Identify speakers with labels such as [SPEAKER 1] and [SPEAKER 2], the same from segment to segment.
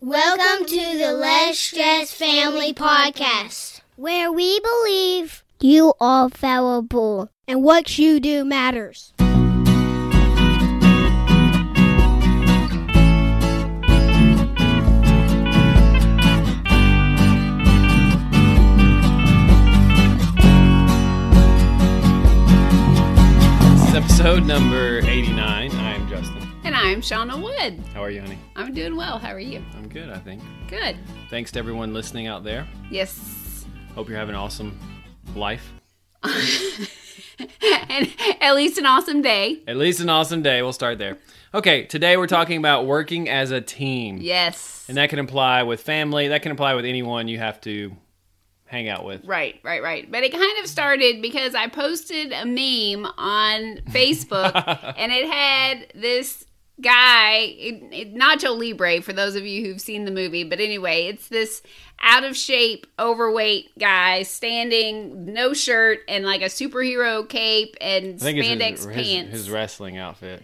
[SPEAKER 1] Welcome to the Less Stress Family Podcast, where we believe you are fallible and what you do matters.
[SPEAKER 2] This is episode number 89. I am Justin.
[SPEAKER 3] And I'm Shauna Wood.
[SPEAKER 2] How are you, honey?
[SPEAKER 3] I'm doing well. How are you?
[SPEAKER 2] I'm good, I think.
[SPEAKER 3] Good.
[SPEAKER 2] Thanks to everyone listening out there.
[SPEAKER 3] Yes.
[SPEAKER 2] Hope you're having an awesome life.
[SPEAKER 3] and at least an awesome day.
[SPEAKER 2] At least an awesome day. We'll start there. Okay, today we're talking about working as a team.
[SPEAKER 3] Yes.
[SPEAKER 2] And that can apply with family, that can apply with anyone you have to hang out with.
[SPEAKER 3] Right, right, right. But it kind of started because I posted a meme on Facebook and it had this guy, it, it, Nacho Libre, for those of you who've seen the movie. But anyway, it's this out of shape, overweight guy standing, no shirt, and like a superhero cape and
[SPEAKER 2] I think it's
[SPEAKER 3] spandex
[SPEAKER 2] his, his-
[SPEAKER 3] pants.
[SPEAKER 2] his wrestling outfit.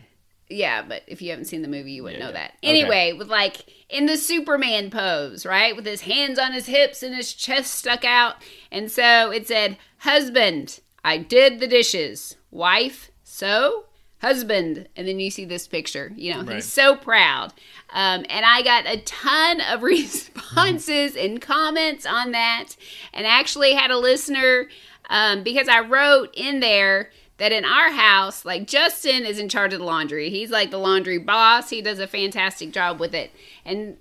[SPEAKER 3] Yeah, but if you haven't seen the movie, you wouldn't
[SPEAKER 2] Yeah,
[SPEAKER 3] know
[SPEAKER 2] yeah.
[SPEAKER 3] that. Anyway, with like in the Superman pose, right? With his hands on his hips and his chest stuck out. And so it said, Husband, I did the dishes. Wife, so? Husband. And then you see this picture. You know,
[SPEAKER 2] Right.
[SPEAKER 3] he's so proud. Um, and I got a ton of responses and comments on that. And actually had a listener um, because I wrote in there that in our house, like Justin is in charge of the laundry. He's like the laundry boss. He does a fantastic job with it. And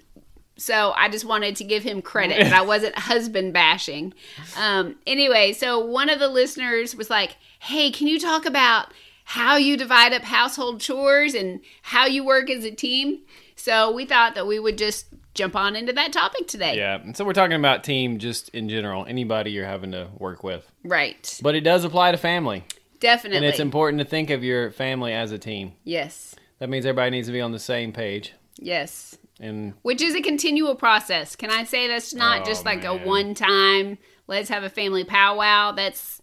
[SPEAKER 3] so I just wanted to give him credit that I wasn't husband bashing. Um, anyway, so one of the listeners was like, Hey, can you talk about how you divide up household chores and how you work as a team? So we thought that we would just jump on into that topic today.
[SPEAKER 2] Yeah. And so we're talking about team just in general, anybody you're having to work with.
[SPEAKER 3] Right.
[SPEAKER 2] But it does apply to family.
[SPEAKER 3] Definitely.
[SPEAKER 2] And it's important to think of your family as a team.
[SPEAKER 3] yes.
[SPEAKER 2] That means everybody needs to be on the same page.
[SPEAKER 3] Yes.
[SPEAKER 2] And
[SPEAKER 3] which is a continual process. Can I say that's not
[SPEAKER 2] Oh,
[SPEAKER 3] just like
[SPEAKER 2] man.
[SPEAKER 3] a one time, let's have a family powwow? That's,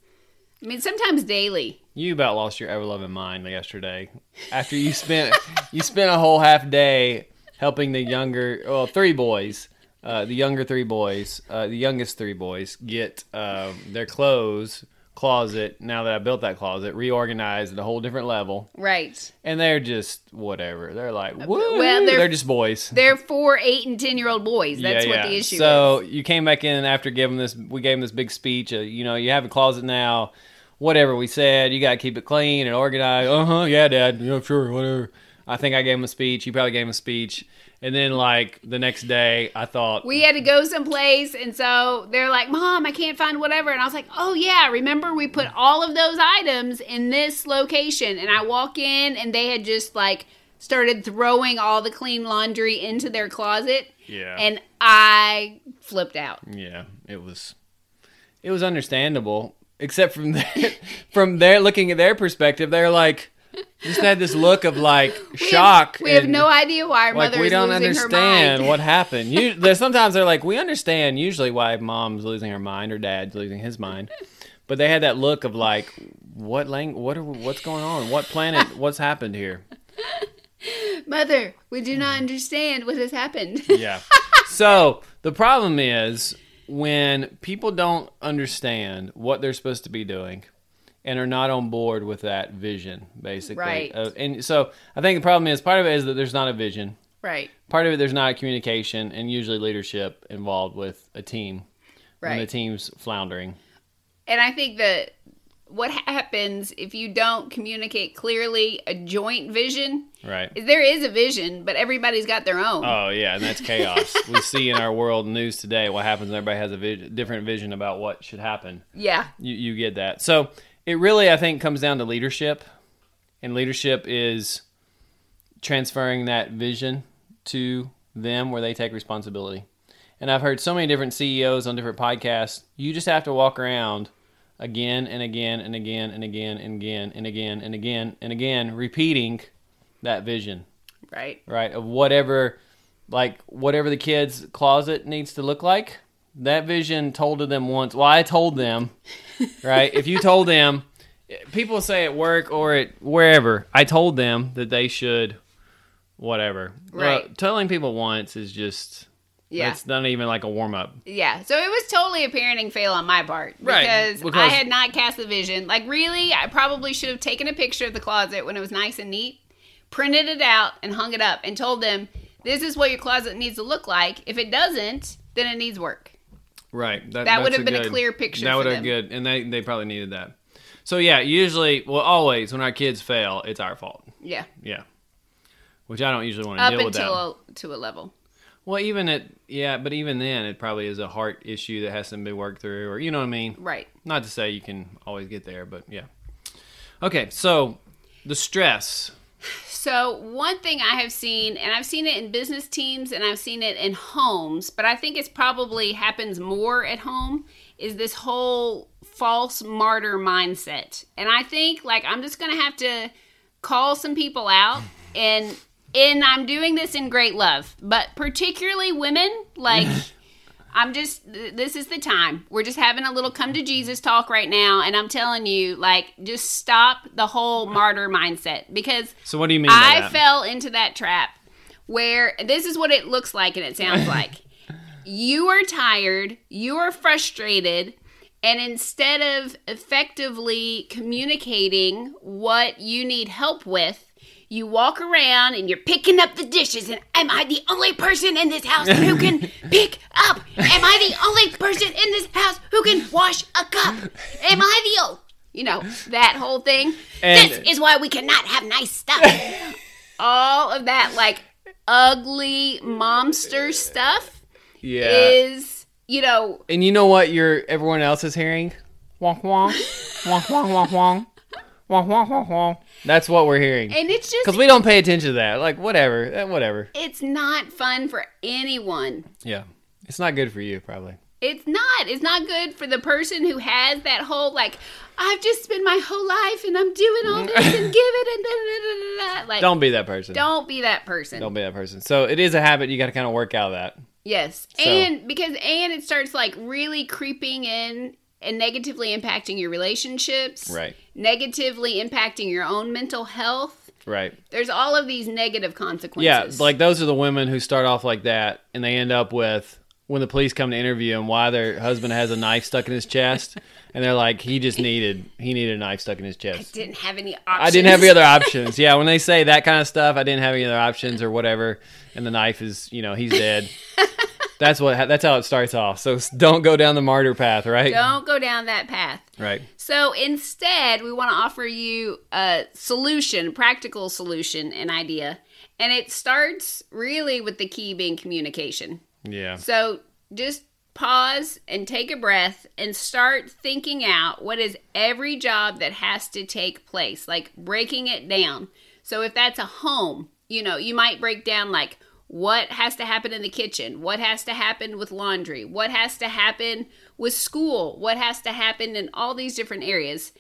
[SPEAKER 3] I mean, sometimes daily.
[SPEAKER 2] you about lost your ever loving mind yesterday after you spent you spent a whole half day helping the younger well three boys uh, the younger three boys uh, the youngest three boys get um, their clothes closet now that i built that closet reorganized at a whole different level
[SPEAKER 3] Right.
[SPEAKER 2] and they're just whatever they're like well
[SPEAKER 3] well,
[SPEAKER 2] they're,
[SPEAKER 3] they're-
[SPEAKER 2] just boys
[SPEAKER 3] They're four, eight, and 10 year old boys. That's what the issue
[SPEAKER 2] so
[SPEAKER 3] is.
[SPEAKER 2] you came back in after giving this, we gave him this big speech. Uh, you know, you have a closet now. Whatever we said, you got to keep it clean and organized. Uh huh. Yeah, Dad. Yeah, sure. Whatever. I think I gave him a speech. You probably gave him a speech. And then, like the next day, I thought,
[SPEAKER 3] We had to go someplace, and so they're like, Mom, I can't find whatever. And I was like, Oh, yeah, remember we put all of those items in this location. And I walk in, and they had just like started throwing all the clean laundry into their closet.
[SPEAKER 2] yeah,
[SPEAKER 3] And I flipped out.
[SPEAKER 2] yeah, it was, it was understandable. Except from their, from their looking at their perspective, they're like, just had this look of like shock.
[SPEAKER 3] We have
[SPEAKER 2] and-
[SPEAKER 3] no idea why our
[SPEAKER 2] like
[SPEAKER 3] mother
[SPEAKER 2] we
[SPEAKER 3] is
[SPEAKER 2] don't
[SPEAKER 3] losing
[SPEAKER 2] understand
[SPEAKER 3] her mind.
[SPEAKER 2] what happened. You, there's- sometimes they're like, we understand usually why mom's losing her mind or dad's losing his mind, but they had that look of like, what lang- what are we, what's going on? What planet? What's happened here?
[SPEAKER 3] Mother, we do
[SPEAKER 2] Mm.
[SPEAKER 3] not understand what has happened.
[SPEAKER 2] Yeah. so the problem is when people don't understand what they're supposed to be doing and are not on board with that vision, basically.
[SPEAKER 3] Right.
[SPEAKER 2] Uh, and so I think the problem is part of it is that there's not a vision.
[SPEAKER 3] right,
[SPEAKER 2] part of it there's not communication and usually leadership involved with a team when the
[SPEAKER 3] right.
[SPEAKER 2] team's floundering
[SPEAKER 3] and I think that what happens if you don't communicate clearly a joint vision
[SPEAKER 2] right
[SPEAKER 3] is there is a vision, but everybody's got their own.
[SPEAKER 2] oh yeah and that's chaos we see in our world news today what happens when everybody has a vis- different vision about what should happen
[SPEAKER 3] yeah,
[SPEAKER 2] you, you get that so it really i think comes down to leadership and leadership is transferring that vision to them where they take responsibility and i've heard so many different ceos on different podcasts you just have to walk around again and again and again and again and again and again and again and again repeating that vision
[SPEAKER 3] right,
[SPEAKER 2] right of whatever like whatever the kids closet needs to look like that vision told to them once well i told them right if you told them people say at work or at wherever i told them that they should whatever Well,
[SPEAKER 3] Right.
[SPEAKER 2] telling people once is just
[SPEAKER 3] Yeah.
[SPEAKER 2] It's not even like a warm up.
[SPEAKER 3] Yeah, so it was totally a parenting fail on my part
[SPEAKER 2] Right,
[SPEAKER 3] because, I
[SPEAKER 2] because-
[SPEAKER 3] had not cast the vision. Like, really, I probably should have taken a picture of the closet when it was nice and neat, printed it out, and hung it up, and told them this is what your closet needs to look like. If it doesn't, then it needs work.
[SPEAKER 2] Right.
[SPEAKER 3] That
[SPEAKER 2] that's
[SPEAKER 3] would have been a
[SPEAKER 2] good-
[SPEAKER 3] clear picture
[SPEAKER 2] That
[SPEAKER 3] for
[SPEAKER 2] would have
[SPEAKER 3] them.
[SPEAKER 2] good, and they they probably needed that. So yeah, usually, well, always when our kids fail, it's our fault.
[SPEAKER 3] Yeah,
[SPEAKER 2] Yeah. Which I don't usually want to
[SPEAKER 3] up
[SPEAKER 2] deal with that.
[SPEAKER 3] until a, to a level.
[SPEAKER 2] Well, even at yeah, but even then, it probably is a heart issue that hasn't been worked through, or you know what I mean.
[SPEAKER 3] Right.
[SPEAKER 2] Not to say you can always get there, but yeah. Okay, so the stress.
[SPEAKER 3] So, one thing I have seen, and I've seen it in business teams and I've seen it in homes, but I think it's probably happens more at home, is this whole false martyr mindset. And I think, like, I'm just going to have to call some people out and. And I'm doing this in great love, but particularly women, like I'm just, th- this is the time. We're just having a little come to Jesus talk right now. And I'm telling you, like, just stop the whole martyr mindset because
[SPEAKER 2] So what do you mean? by
[SPEAKER 3] I
[SPEAKER 2] that?
[SPEAKER 3] fell into that trap where this is what it looks like and it sounds like. you are tired, you are frustrated, and instead of effectively communicating what you need help with, you walk around and you're picking up the dishes and am I the only person in this house who can pick up? Am I the only person in this house who can wash a cup? Am I the oh, you know, that whole thing.
[SPEAKER 2] And-
[SPEAKER 3] this is why we cannot have nice stuff all of that like ugly momster stuff
[SPEAKER 2] yeah.
[SPEAKER 3] is you know
[SPEAKER 2] and you know what? Your everyone else is hearing, wonk wonk, wonk wonk wonk wonk, wonk wonk wonk wonk. That's what we're hearing.
[SPEAKER 3] and it's
[SPEAKER 2] Because
[SPEAKER 3] just
[SPEAKER 2] we don't pay attention to that. Like whatever, eh, whatever.
[SPEAKER 3] it's not fun for anyone
[SPEAKER 2] Yeah, it's not good for you probably.
[SPEAKER 3] it's not it's not good for the person who has that whole like i've just spent my whole life and i'm doing all this and give it and da, da, da, da, da. like
[SPEAKER 2] Don't be that person.
[SPEAKER 3] don't be that person
[SPEAKER 2] Don't be that person. So it is a habit. You got to kind of work out of that.
[SPEAKER 3] Yes. And because and it starts like really creeping in and negatively impacting your relationships.
[SPEAKER 2] Right.
[SPEAKER 3] Negatively impacting your own mental health.
[SPEAKER 2] Right.
[SPEAKER 3] There's all of these negative
[SPEAKER 2] Yeah,
[SPEAKER 3] consequences.
[SPEAKER 2] like those are the women who start off like that and they end up with when the police come to interview them why their husband has a knife stuck in his chest and they're like he just needed he needed a knife stuck in his chest.
[SPEAKER 3] didn't have any options.
[SPEAKER 2] I didn't have any other options. Yeah, when they say that kind of stuff, I didn't have any other options or whatever and the knife is, you know, he's dead. that's what that's how it starts off. So s- don't go down the martyr path, right?
[SPEAKER 3] Don't go down that path.
[SPEAKER 2] Right.
[SPEAKER 3] So instead, we want to offer you a solution, practical solution, an idea. And it starts really with the key being communication.
[SPEAKER 2] Yeah.
[SPEAKER 3] So just pause and take a breath and start thinking out what is every job that has to take place, like breaking it down. So if that's a home, you know, you might break down like what has to happen in the kitchen, what has to happen with laundry, what has to happen with school, what has to happen in all these different areas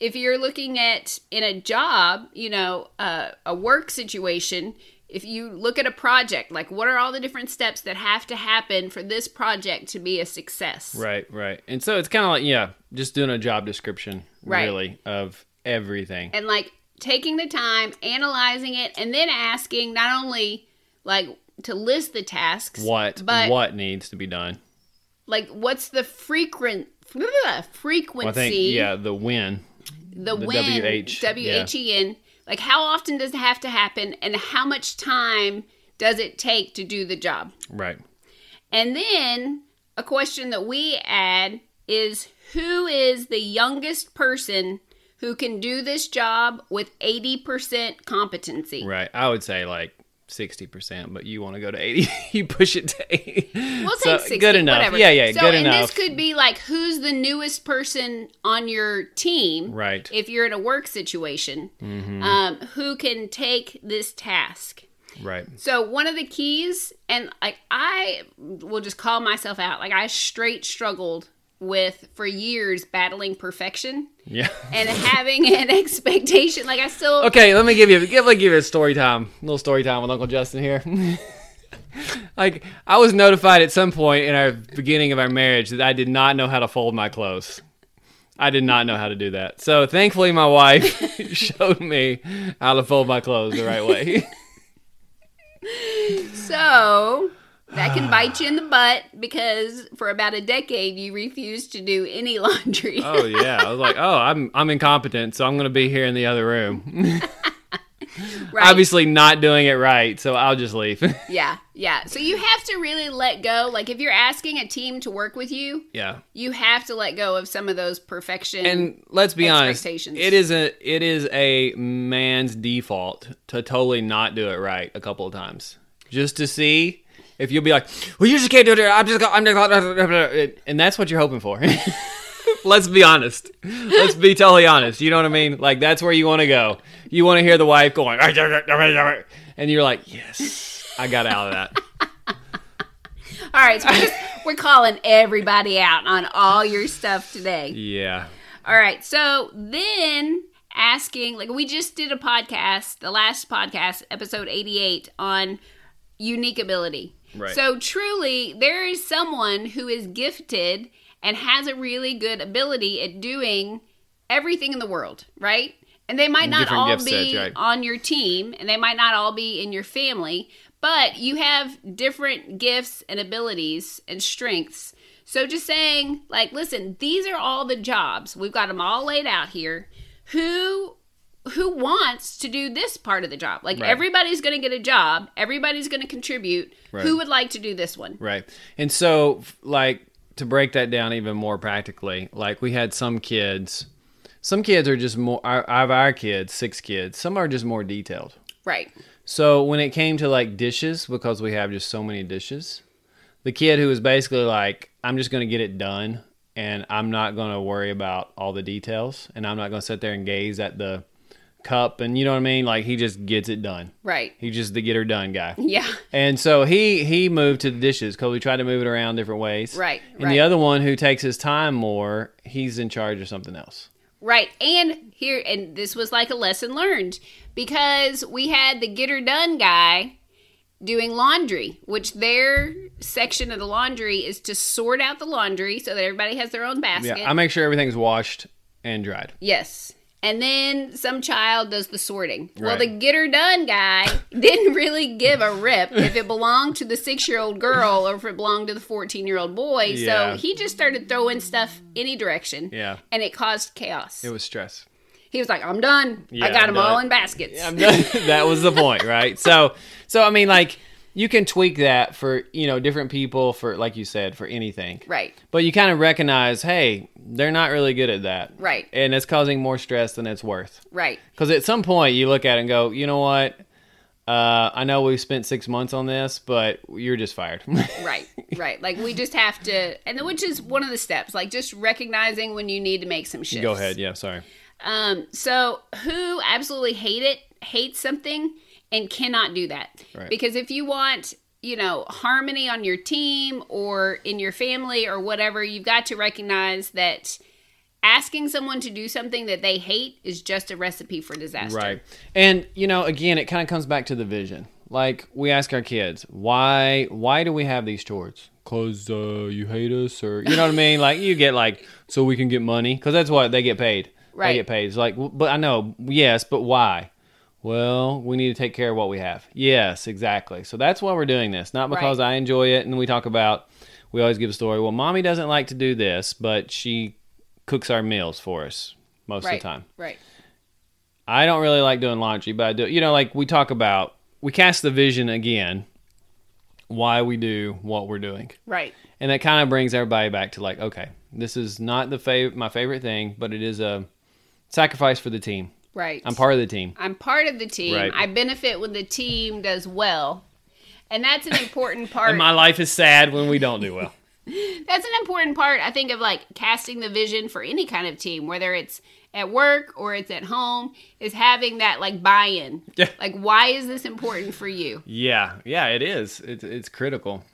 [SPEAKER 3] if you're looking at in a job, you know, uh, a work situation, if you look at a project, like what are all the different steps that have to happen for this project to be a success?
[SPEAKER 2] Right, right. And so it's kind of like, yeah, just doing a job description,
[SPEAKER 3] Right.
[SPEAKER 2] really, of everything.
[SPEAKER 3] And like taking the time, analyzing it, and then asking not only like to list the tasks,
[SPEAKER 2] What
[SPEAKER 3] but
[SPEAKER 2] what needs to be done?
[SPEAKER 3] like what's the frequent frequency?
[SPEAKER 2] Well, I think yeah, the win.
[SPEAKER 3] the,
[SPEAKER 2] The
[SPEAKER 3] when
[SPEAKER 2] WH,
[SPEAKER 3] W-H-E-N, E like how often does it have to happen and how much time does it take to do the job?
[SPEAKER 2] Right.
[SPEAKER 3] And then a question that we add is who is the youngest person who can do this job with 80% competency?
[SPEAKER 2] Right. I would say like 60%, but you want to go to 80. you push it to 80.
[SPEAKER 3] We'll
[SPEAKER 2] So,
[SPEAKER 3] take 60,
[SPEAKER 2] good enough.
[SPEAKER 3] whatever.
[SPEAKER 2] Yeah, yeah,
[SPEAKER 3] so,
[SPEAKER 2] good
[SPEAKER 3] and
[SPEAKER 2] enough.
[SPEAKER 3] this could be like who's the newest person on your team?
[SPEAKER 2] Right. Mm-hmm.
[SPEAKER 3] If you're in a work situation, um, who can take this task?
[SPEAKER 2] right.
[SPEAKER 3] So one of the keys, and like I will just call myself out, like I straight struggled with for years battling perfection
[SPEAKER 2] Yeah.
[SPEAKER 3] and having an expectation. Like I still
[SPEAKER 2] Okay, let me give you give, let me give you a story time. little story time with Uncle Justin here. like I was notified at some point in our beginning of our marriage that I did not know how to fold my clothes. I did not know how to do that. So thankfully my wife showed me how to fold my clothes the right way.
[SPEAKER 3] so That can bite you in the butt because for about a decade you refused to do any laundry.
[SPEAKER 2] Oh yeah, I was like, oh, I'm I'm incompetent, so I'm gonna be here in the other room.
[SPEAKER 3] right.
[SPEAKER 2] Obviously, not doing it right, so I'll just leave.
[SPEAKER 3] Yeah, yeah. So you have to really let go. Like if you're asking a team to work with you,
[SPEAKER 2] yeah,
[SPEAKER 3] you have to let go of some of those perfection.
[SPEAKER 2] and let's be honest,
[SPEAKER 3] Expectations.
[SPEAKER 2] it is a it is a man's default to totally not do it right a couple of times just to see if you'll be like, well, you just can't do it. I'm just gonna- I'm just gonna-" and that's what you're hoping for. Let's be honest. Let's be totally honest. You know what I mean? Like that's where you want to go. You want to hear the wife going, and you're like, yes, I got out of that.
[SPEAKER 3] all right, so we're, just, we're calling everybody out on all your stuff today.
[SPEAKER 2] Yeah.
[SPEAKER 3] All right. So then asking, like, we just did a podcast, the last podcast, episode 88, on unique ability.
[SPEAKER 2] Right.
[SPEAKER 3] So truly, there is someone who is gifted and has a really good ability at doing everything in the world, right? And they might not
[SPEAKER 2] Different
[SPEAKER 3] all
[SPEAKER 2] gift
[SPEAKER 3] be
[SPEAKER 2] sets, right.
[SPEAKER 3] on your team and they might not all be in your family, but you have different gifts and abilities and strengths. So just saying, like, listen, these are all the jobs. We've got them all laid out here. Who who wants to do this part of the job? Like
[SPEAKER 2] Right.
[SPEAKER 3] everybody's going to get a job, everybody's going to contribute.
[SPEAKER 2] Right.
[SPEAKER 3] Who would like to do this one?
[SPEAKER 2] Right. And so, f- like, to break that down even more practically, like, we had some kids, some kids are just more, I I have our kids, six kids, some are just more detailed.
[SPEAKER 3] Right.
[SPEAKER 2] So, when it came to like dishes, because we have just so many dishes, the kid who was basically like, I'm just going to get it done and I'm not going to worry about all the details and I'm not going to sit there and gaze at the cup and you know what I mean? Like, he just gets it done.
[SPEAKER 3] Right.
[SPEAKER 2] He just the get her done guy.
[SPEAKER 3] Yeah.
[SPEAKER 2] And so he he moved to the dishes because we tried to move it around different ways.
[SPEAKER 3] Right,
[SPEAKER 2] And
[SPEAKER 3] right.
[SPEAKER 2] the other one who takes his time more, he's in charge of something else.
[SPEAKER 3] Right. And here, and this was like a lesson learned because we had the get her done guy doing laundry, which their section of the laundry is to sort out the laundry so that everybody has their own basket.
[SPEAKER 2] Yeah. I make sure everything's washed and dried.
[SPEAKER 3] yes. And then some child does the sorting. Well,
[SPEAKER 2] Right.
[SPEAKER 3] the get her done guy didn't really give a rip if it belonged to the six year old girl or if it belonged to the 14 year old boy.
[SPEAKER 2] Yeah.
[SPEAKER 3] So he just started throwing stuff any direction.
[SPEAKER 2] Yeah.
[SPEAKER 3] And it caused chaos.
[SPEAKER 2] It was stress.
[SPEAKER 3] He was like, "I'm done.
[SPEAKER 2] Yeah,
[SPEAKER 3] I got
[SPEAKER 2] I'm
[SPEAKER 3] them all
[SPEAKER 2] done."
[SPEAKER 3] in baskets."
[SPEAKER 2] I'm done. that was the point, right? So so I mean like you can tweak that for, you know, different people for like you said, for anything.
[SPEAKER 3] Right.
[SPEAKER 2] But you kind of recognize, hey, they're not really good at that.
[SPEAKER 3] Right.
[SPEAKER 2] And it's causing more stress than it's worth.
[SPEAKER 3] Right.
[SPEAKER 2] Because at some point you look at it and go, you know what? Uh, I know we've spent six months on this, but you're just fired.
[SPEAKER 3] Right. Right. Like we just have to, and which is one of the steps, like just recognizing when you need to make some shifts.
[SPEAKER 2] Go ahead. Yeah, sorry.
[SPEAKER 3] Um. So who absolutely hate it, hate something, and cannot do that
[SPEAKER 2] Right.
[SPEAKER 3] because if you want, you know, harmony on your team or in your family or whatever, you've got to recognize that asking someone to do something that they hate is just a recipe for disaster.
[SPEAKER 2] Right. And you know, again, it kind of comes back to the vision. Like we ask our kids, why why do we have these chores? Cause uh, you hate us, or you know what I mean? Like you get like so we can get money, cause that's what they get paid.
[SPEAKER 3] Right.
[SPEAKER 2] They get paid. It's like, w- but I know, yes, but why? Well, we need to take care of what we have. Yes, exactly. So that's why we're doing this, not because
[SPEAKER 3] Right.
[SPEAKER 2] I enjoy it. And we talk about, we always give a story. Well, mommy doesn't like to do this, but she cooks our meals for us most
[SPEAKER 3] Right.
[SPEAKER 2] of the time.
[SPEAKER 3] Right.
[SPEAKER 2] I don't really like doing laundry, but I do. You know, like we talk about, we cast the vision again, why we do what we're doing,
[SPEAKER 3] Right.
[SPEAKER 2] and that kind of brings everybody back to like, okay, this is not the fav- my favorite thing, but it is a sacrifice for the team.
[SPEAKER 3] Right.
[SPEAKER 2] I'm part of the team.
[SPEAKER 3] I'm part of the team.
[SPEAKER 2] Right.
[SPEAKER 3] I benefit when the team does well. And that's an important part.
[SPEAKER 2] And my life is sad when we don't do well.
[SPEAKER 3] that's an important part, I think, of like casting the vision for any kind of team, whether it's at work or it's at home, is having that like buy in.
[SPEAKER 2] Yeah.
[SPEAKER 3] Like, why is this important for you?
[SPEAKER 2] yeah, yeah, it is. It's it's critical.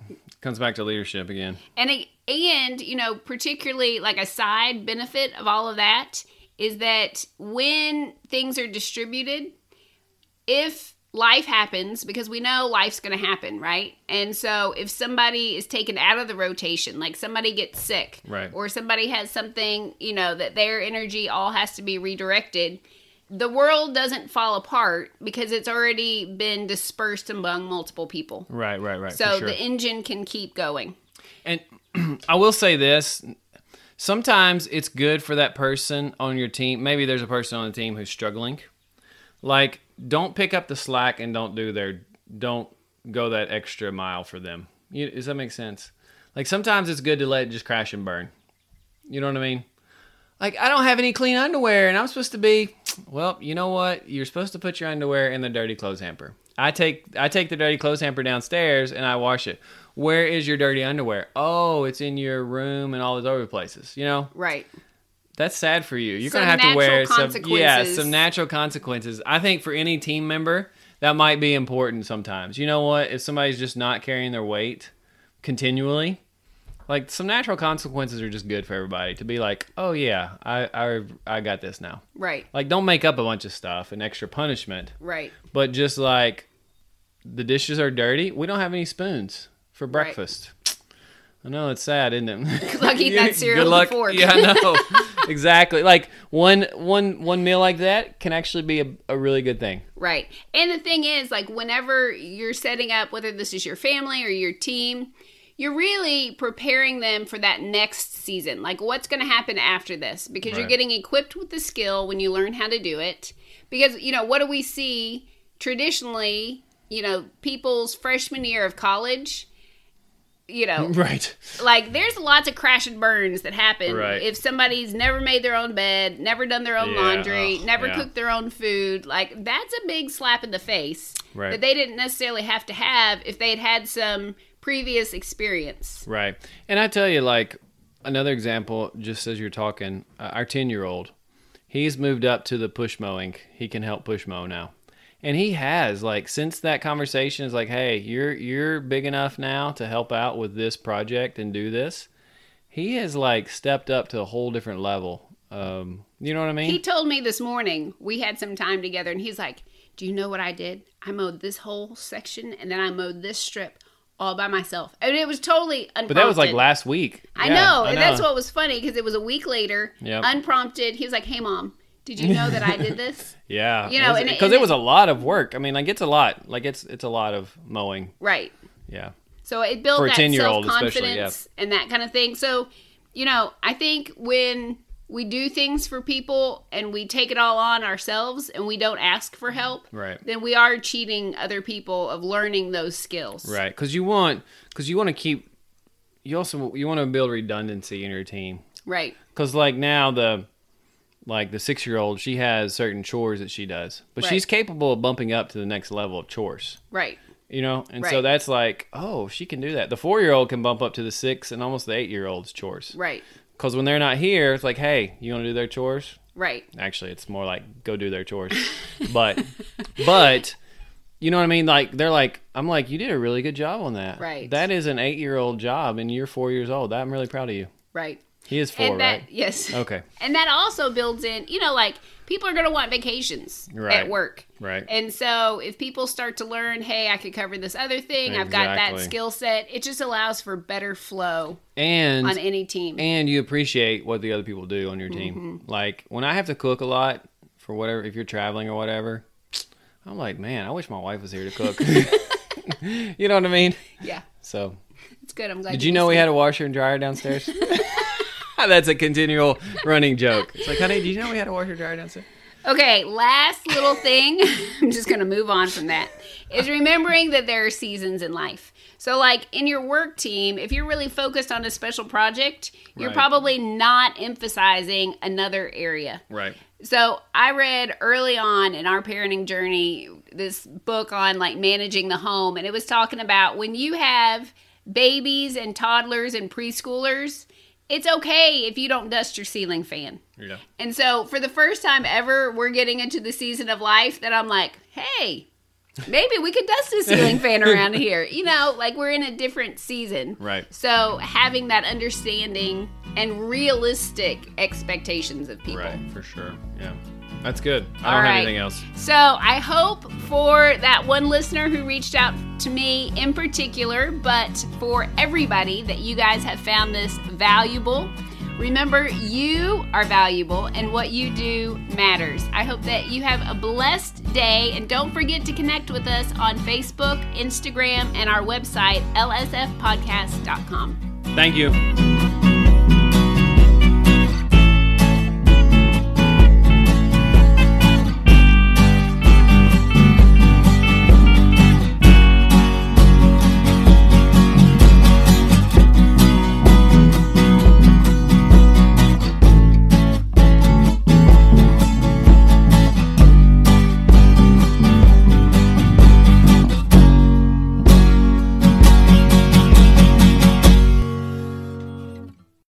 [SPEAKER 2] Comes back to leadership again.
[SPEAKER 3] And it, and you know, particularly like a side benefit of all of that is that when things are distributed, if life happens because we know life's going to happen, right? And so if somebody is taken out of the rotation, like somebody gets sick
[SPEAKER 2] Right.
[SPEAKER 3] or somebody has something, you know, that their energy all has to be redirected, the world doesn't fall apart because it's already been dispersed among multiple people.
[SPEAKER 2] Right, right, right.
[SPEAKER 3] So
[SPEAKER 2] for sure.
[SPEAKER 3] the engine can keep going.
[SPEAKER 2] And I will say this. Sometimes it's good for that person on your team. Maybe there's a person on the team who's struggling. Like, don't pick up the slack and don't do their, don't go that extra mile for them. You, does that make sense? Like, sometimes it's good to let it just crash and burn. You know what I mean? Like, I don't have any clean underwear and I'm supposed to be, well, you know what? You're supposed to put your underwear in the dirty clothes hamper. I take I take the dirty clothes hamper downstairs and I wash it. Where is your dirty underwear? Oh, it's in your room and all those other places. You know,
[SPEAKER 3] Right.
[SPEAKER 2] that's sad for you. You're
[SPEAKER 3] Some
[SPEAKER 2] gonna have to
[SPEAKER 3] natural
[SPEAKER 2] wear some yeah
[SPEAKER 3] consequences.
[SPEAKER 2] some natural consequences. I think for any team member that might be important sometimes. You know what? If somebody's just not carrying their weight continually, like some natural consequences are just good for everybody to be like, oh yeah, I I I got this now.
[SPEAKER 3] Right.
[SPEAKER 2] Like don't make up a bunch of stuff and extra punishment,
[SPEAKER 3] Right.
[SPEAKER 2] but just like the dishes are dirty. We don't have any spoons for breakfast. I know it's sad, isn't it?
[SPEAKER 3] Good luck eating that
[SPEAKER 2] Good
[SPEAKER 3] cereal with a
[SPEAKER 2] luck.
[SPEAKER 3] fork.
[SPEAKER 2] Yeah, I know. exactly. Like one one one meal like that can actually be a, a really good thing.
[SPEAKER 3] Right. And the thing is, like, whenever you're setting up, whether this is your family or your team, you're really preparing them for that next season. Like, what's going to happen after this? Because you're
[SPEAKER 2] Right.
[SPEAKER 3] getting equipped with the skill when you learn how to do it. Because, you know, what do we see traditionally? You know, people's freshman year of college, you know,
[SPEAKER 2] Right.
[SPEAKER 3] like there's lots of crash and burns that happen
[SPEAKER 2] Right.
[SPEAKER 3] if somebody's never made their own bed never done their own
[SPEAKER 2] Yeah,
[SPEAKER 3] laundry
[SPEAKER 2] ugh,
[SPEAKER 3] never
[SPEAKER 2] yeah.
[SPEAKER 3] cooked their own food like that's a big slap in the face
[SPEAKER 2] Right.
[SPEAKER 3] that they didn't necessarily have to have if they'd had some previous experience
[SPEAKER 2] Right. And I tell you, like, another example, just as you're talking, uh, our 10 year old, he's moved up to the push mowing. He can help push mow now. And he has, like, since that conversation is like, hey, you're, you're big enough now to help out with this project and do this. He has, like, stepped up to a whole different level. Um, you know what I mean?
[SPEAKER 3] he told me this morning we had some time together and he's like do you know what i did i mowed this whole section and then i mowed this strip all by myself and it was totally unprompted.
[SPEAKER 2] but that was like last week.
[SPEAKER 3] I,
[SPEAKER 2] Yeah,
[SPEAKER 3] know, and that's what was funny because it was a week later,
[SPEAKER 2] Yep.
[SPEAKER 3] unprompted. He was like, "Hey, mom, did you know that I did this?"
[SPEAKER 2] Yeah,
[SPEAKER 3] you know, and it-
[SPEAKER 2] because
[SPEAKER 3] and
[SPEAKER 2] it
[SPEAKER 3] it-
[SPEAKER 2] was a lot of work. I mean, like it's a lot. Like it's it's a lot of mowing.
[SPEAKER 3] Right.
[SPEAKER 2] Yeah.
[SPEAKER 3] So it built
[SPEAKER 2] For a
[SPEAKER 3] that
[SPEAKER 2] 10-year-old
[SPEAKER 3] self
[SPEAKER 2] especially,
[SPEAKER 3] confidence and that kind of thing. So, you know, I think when we do things for people and we take it all on ourselves and we don't ask for help,
[SPEAKER 2] Right.
[SPEAKER 3] then we are cheating other people of learning those skills.
[SPEAKER 2] Right, because you want because you want to keep. You also you want to build redundancy in your team
[SPEAKER 3] Right.
[SPEAKER 2] because like now the like the six year old she has certain chores that she does, but
[SPEAKER 3] Right.
[SPEAKER 2] she's capable of bumping up to the next level of chores.
[SPEAKER 3] Right.
[SPEAKER 2] You know, and so
[SPEAKER 3] Right.
[SPEAKER 2] that's like oh she can do that. The four year old can bump up to the six and almost the eight year old's chores
[SPEAKER 3] Right.
[SPEAKER 2] because when they're not here, it's like hey you want to do their chores.
[SPEAKER 3] Right.
[SPEAKER 2] Actually, it's more like go do their chores, but but you know what I mean? Like they're like, I'm like, you did a really good job on that.
[SPEAKER 3] Right.
[SPEAKER 2] That is an eight year old job, and you're four years old. I'm really proud of you.
[SPEAKER 3] Right.
[SPEAKER 2] He is four,
[SPEAKER 3] and that
[SPEAKER 2] right? Oh.
[SPEAKER 3] yes.
[SPEAKER 2] Okay.
[SPEAKER 3] And that also builds in, you know, like people are going to want vacations
[SPEAKER 2] Right.
[SPEAKER 3] at work.
[SPEAKER 2] Right.
[SPEAKER 3] And so if people start to learn, hey, I could cover this other thing, I've got that
[SPEAKER 2] Exactly.
[SPEAKER 3] skill set, it just allows for better flow
[SPEAKER 2] And
[SPEAKER 3] on any team.
[SPEAKER 2] and you appreciate what the other people do on your team.
[SPEAKER 3] Mm-hmm.
[SPEAKER 2] Like when I have to cook a lot for whatever, if you're traveling or whatever, I'm like, man, I wish my wife was here to cook. you know what I mean?
[SPEAKER 3] yeah.
[SPEAKER 2] So
[SPEAKER 3] It's good. I'm glad
[SPEAKER 2] Did you know we
[SPEAKER 3] listened.
[SPEAKER 2] had a washer and dryer downstairs? That's a continual running joke. It's like, honey, did you know we had a washer and dryer downstairs?
[SPEAKER 3] Okay, last little thing. I'm just going to move on from that. Is remembering that there are seasons in life. So, like in your work team, if you're really focused on a special project, you're
[SPEAKER 2] Right.
[SPEAKER 3] probably not emphasizing another area.
[SPEAKER 2] Right.
[SPEAKER 3] So I read early on in our parenting journey this book on like managing the home, and it was talking about when you have babies and toddlers and preschoolers, it's okay if you don't dust your ceiling fan.
[SPEAKER 2] Yeah.
[SPEAKER 3] And so for the first time ever, we're getting into the season of life that I'm like, hey, maybe we could dust a ceiling fan around here. You know, like we're in a different season.
[SPEAKER 2] Right.
[SPEAKER 3] So having that understanding and realistic expectations of people.
[SPEAKER 2] Right, for sure. Yeah. That's good. I don't
[SPEAKER 3] All
[SPEAKER 2] have
[SPEAKER 3] right.
[SPEAKER 2] anything else.
[SPEAKER 3] So I hope for that one listener who reached out to me in particular, but for everybody that you guys have found this valuable. Remember, you are valuable and what you do matters. I hope that you have a blessed day and don't forget to connect with us on Facebook, Instagram, and our website, lsfpodcast.com.
[SPEAKER 2] Thank you.